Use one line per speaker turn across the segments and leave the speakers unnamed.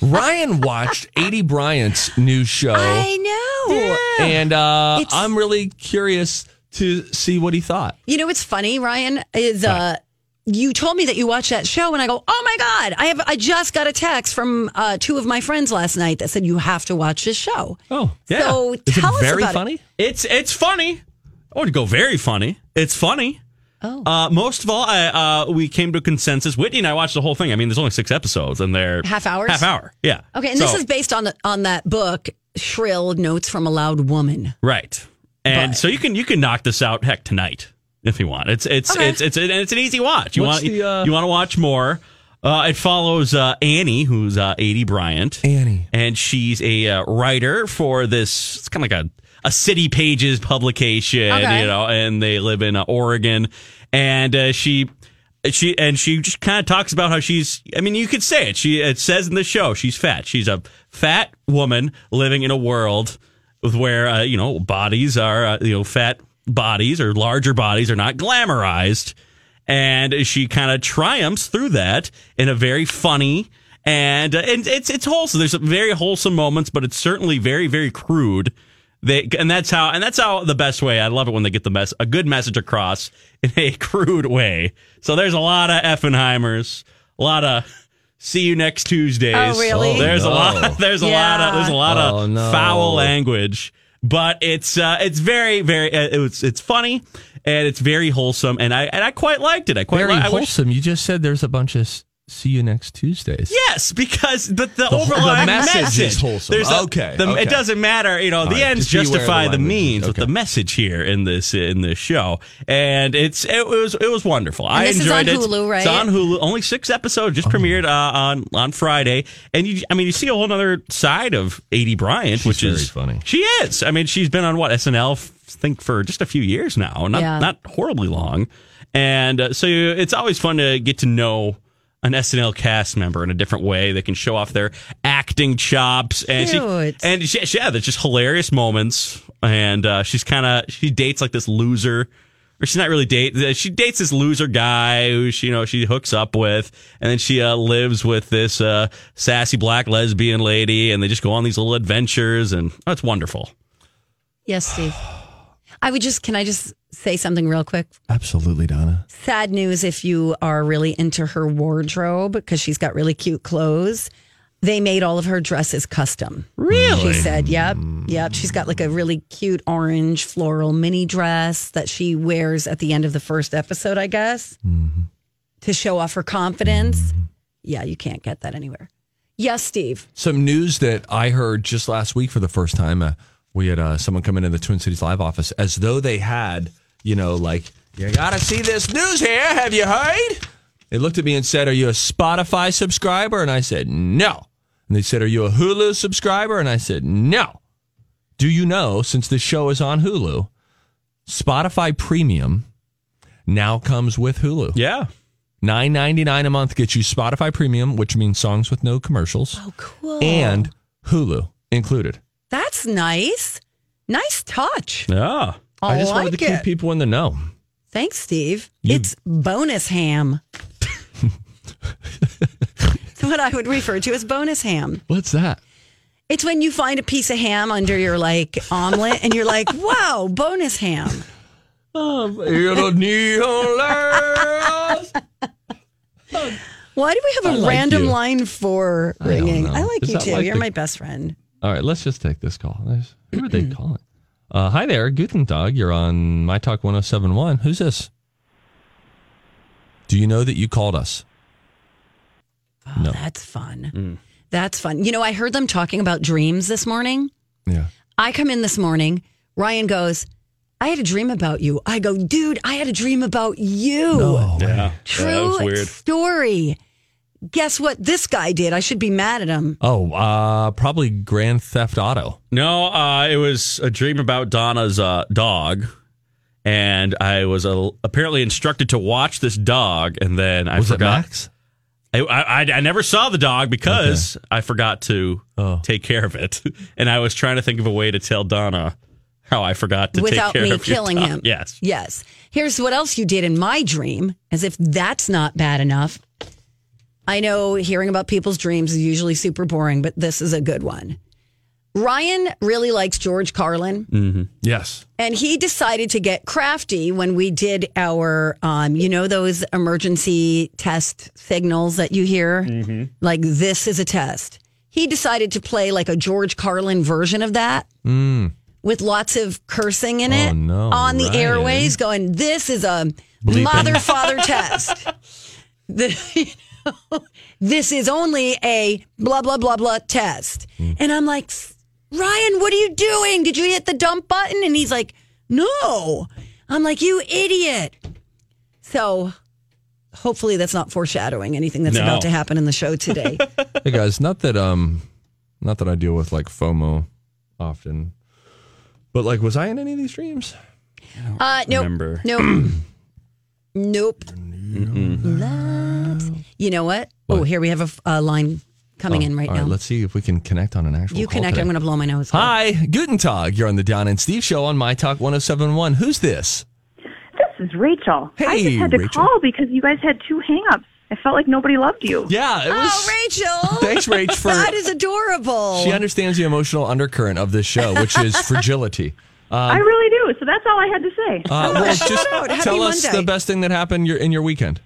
Ryan watched 80 Bryant's new show.
I know.
And uh,
It's-
I'm really curious to see what he thought.
You know what's funny, Ryan, is uh you told me that you watched that show and I go, "Oh my god, I have I just got a text from uh two of my friends last night that said you have to watch this show."
Oh, yeah.
So
Is
tell
it
us
very
about it.
funny?
It's it's funny. I would go very funny. It's funny.
Oh.
Uh, most of all, I, uh, we came to a consensus. Whitney and I watched the whole thing. I mean, there's only six episodes, and they're
Half hours?
Half hour. Yeah.
Okay, and this
So-
is based on the, on that book Shrill Notes from a Loud Woman.
right. And
But-
so you can you can knock this out heck tonight if you want. It's it's
Okay.
it's it's and it's an easy watch. You
What's
want
the, uh,
you want to watch more. Uh, it follows uh, Annie, who's uh, 80 Bryant.
Annie.
and she's a uh, writer for this. It's kind of like a a City Pages publication,
Okay.
you know, and they live in uh, Oregon, and uh, she. She and she just kind of talks about how she's. I mean, you could say it. She it says in the show she's fat. She's a fat woman living in a world with where uh, you know bodies are uh, you know fat bodies or larger bodies are not glamorized, and she kind of triumphs through that in a very funny and uh, and it's it's wholesome. There's some very wholesome moments, but it's certainly very very crude. They and that's how and that's how the best way. I love it when they get the mess a good message across in a crude way. So there's a lot of Effenheimers, a lot of see you next Tuesdays.
Oh, really?
There's
Oh,
a
no.
lot. There's a lot of there's a lot
Oh,
of
no.
foul language. But it's uh, it's very very uh, it's it's funny and it's very wholesome and I and I quite liked it. I quite
Very
li- I wish-
wholesome. You just said there's a bunch of s- see you next Tuesdays.
Yes, because the, the,
whole-
overall
the
message,
message is wholesome.
There's a-
Okay,
the-
okay.
It doesn't matter. You know, the
right,
ends
just beware of
justify
the
the,
language.
means, but
Okay.
the message here in this in this show, and it's it was it was wonderful. I
this is
enjoyed
on
it.
Hulu, right?
It's on Hulu. Only six episodes
Oh,
just premiered uh, on on Friday, and you I mean you see a whole other side of Adie Bryant,
She's
which
very
is
funny.
She is. I mean, she's been on what SNL f- think for just a few years now. Not
Yeah.
not horribly long. And uh, so you- it's always fun to get to know an SNL cast member in a different way. They can show off their acting chops, and she,
Cute.
and she, she- yeah, there's just hilarious moments. And uh, she's kind of she dates like this loser, or she's not really date. She dates this loser guy who she you know she hooks up with, and then she uh, lives with this uh, sassy black lesbian lady, and they just go on these little adventures, and oh, it's wonderful.
Yes, Steve. I would just can I just say something real quick?
Absolutely, Donna.
Sad news if you are really into her wardrobe because she's got really cute clothes. They made all of her dresses custom. Really? She said, yep, yep. She's got like a really cute orange floral mini dress that she wears at the end of the first episode, I guess,
Mm-hmm.
to show off her confidence. Yeah, you can't get that anywhere. Yes, Steve.
Some news that I heard just last week for the first time. Uh, we had uh, someone come into the Twin Cities Live office as though they had, you know, like, you gotta see this news here. Have you heard? They looked at me and said, Are you a Spotify subscriber? And I said, No. And they said, Are you a Hulu subscriber? And I said, No. Do you know, since this show is on Hulu, Spotify Premium now comes with Hulu.
Yeah.
Nine ninety nine a month gets you Spotify Premium, which means songs with no commercials,
Oh, cool.
and Hulu included.
that's nice. Nice touch.
Yeah.
I,
I just
like
wanted to
it.
keep people in the know.
Thanks, Steve.
You-
It's bonus ham. it's what I would refer to as bonus ham.
What's that?
It's when you find a piece of ham under your like omelet and you're like, wow, bonus ham.
Little neon lights.
Why do we have
I
a
like
random
you.
line for
don't
ringing?
know.
I, like
Is
you
that
too.
like
you're
the-
my best friend.
All right, let's just take this call. There's- Who would they call it? Uh, hi there, Guten Tag. You're on My Talk 1071. Who's this? Do you know that you called us?
Oh, That's fun.
Mm.
That's fun. You know, I heard them talking about dreams this morning.
Yeah.
I come in this morning. Ryan goes, I had a dream about you. I go, dude, I had a dream about you.
Yeah.
True
that was weird.
story. Guess what this guy did? I should be mad at him.
Oh, uh, probably Grand Theft Auto.
No, uh, it was a dream about Donna's uh, dog, and I was uh, apparently instructed to watch this dog, and then I
Was it
forgot.
Max?
I, I I- I never saw the dog because I forgot to
Oh.
take care of it, and I was trying to think of a way to tell Donna how I forgot to
Without
take care
me
of your
killing
dog.
him.
Yes.
Yes. Here's what else you did in my dream, as if that's not bad enough. I know hearing about people's dreams is usually super boring, but this is a good one. Ryan really likes George Carlin,
Yes.
and he decided to get crafty when we did our, um, you know, those emergency test signals that you hear?
Mm-hmm.
Like, this is a test. He decided to play like a George Carlin version of that with lots of cursing in it
Mm. Oh, no,
on the
Ryan.
airways, going, This is a
Bleeping.
mother father test. The- you know, this is only a blah, blah, blah, blah test.
Hmm.
And I'm like, Ryan, what are you doing? Did you hit the dump button? And he's like, No. I'm like, You idiot. So hopefully that's not foreshadowing anything that's
No.
about to happen in the show today. Uh,
Hey guys, not that um, not that I deal with like FOMO often, but like, was I in any of these dreams?
Uh, nope.
remember.
Nope. nope. Loves- You know what? Oh, here we have a, f- a line coming in right
Oh, All
now.
right, let's see if we can connect on an actual.
you
call
connect.
today.
I'm going to blow my nose.
Hi, Guten Tag. You're on the Don and Steve show on My Talk 1071. Who's this?
This is Rachel. I
Hey,
just had to
Rachel.
call because you guys had two hangups. I felt like nobody loved you.
Yeah, it was.
Oh, Rachel.
Thanks, Rach, for-
that is adorable.
She understands the emotional undercurrent of this show, which is fragility.
I really do. So that's all I had to say.
Uh, well, just
out. Happy
tell us
Monday.
the best thing that happened your, in your weekend.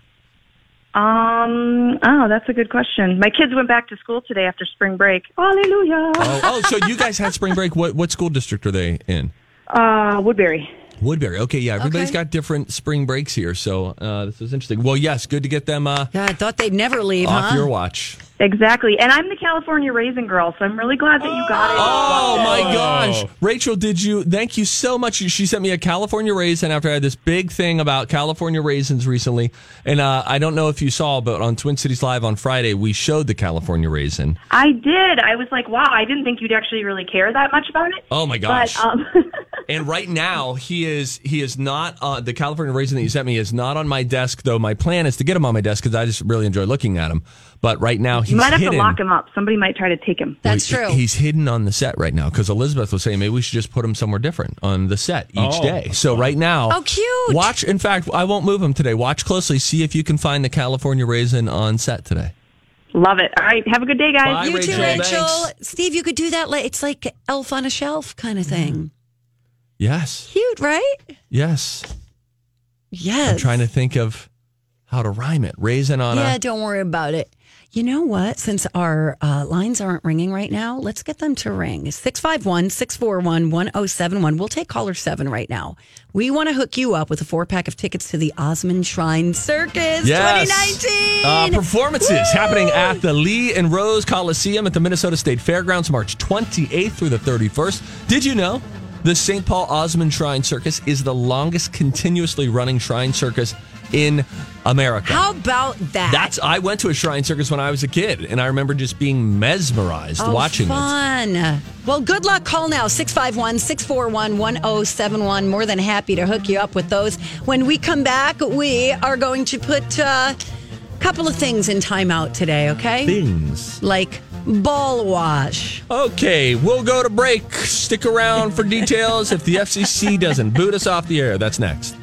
um, oh, that's a good question. My kids went back to school today after spring break. Hallelujah.
Oh, oh, so you guys had spring break. What what school district are they in?
Uh, Woodbury.
Woodbury. Okay, yeah, everybody's
Okay.
got different spring breaks here, so uh, this is interesting. Well, yes, good to get them uh,
God, I thought they'd never leave,
off
huh?
your watch.
Exactly. And I'm the California raisin girl, so I'm really glad that you got it.
Oh my
Oh.
gosh, Rachel! Did you? Thank you so much. She sent me a California raisin after I had this big thing about California raisins recently, and uh, I don't know if you saw, but on Twin Cities Live on Friday, we showed the California raisin.
I did. I was like, wow, I didn't think you'd actually really care that much about it.
Oh my gosh!
But, um,
And right now, he is he is not uh, the California raisin that you sent me is not on my desk. Though my plan is to get him on my desk because I just really enjoy looking at him. But right now, he's
you might have
hidden.
to lock him up. Somebody might try to take him.
That's
He-
true.
He's hidden on the set right now because Elizabeth was saying maybe we should just put him somewhere different on the set each
Oh.
day. So right now,
Oh, cute.
Watch. In fact, I won't move him today. Watch closely. See if you can find the California raisin on set today.
Love it. All right. Have a good day, guys.
Bye,
you too,
Rachel,
Rachel.
thanks.
Steve, you could do that. Like, it's like Elf on a Shelf kind of
Mm-hmm.
thing.
Yes,
Cute, right?
yes.
Yes.
I'm trying to think of how to rhyme it. Raisin on
Yeah,
a.
don't worry about it. You know what? Since our uh, lines aren't ringing right now, let's get them to ring. 651 641 1071. We'll take caller seven right now. We want to hook you up with a four pack of tickets to the Osmond Shrine Circus
Yes.
2019.
Uh, performances happening at the Lee and Rose Coliseum at the Minnesota State Fairgrounds March 28th through the 31st. Did you know the St. Paul Osmond Shrine Circus is the longest continuously running shrine circus in America?
How about that?
That's I went to a shrine circus when I was a kid, and I remember just being mesmerized
Oh,
watching it.
fun. Well, good luck. Call now 651 641 1071. More than happy to hook you up with those. When we come back, we are going to put uh, a couple of things in timeout today, okay?
Things.
Like ball wash.
Okay, we'll go to break. Stick around for details if the FCC doesn't boot us off the air. That's next.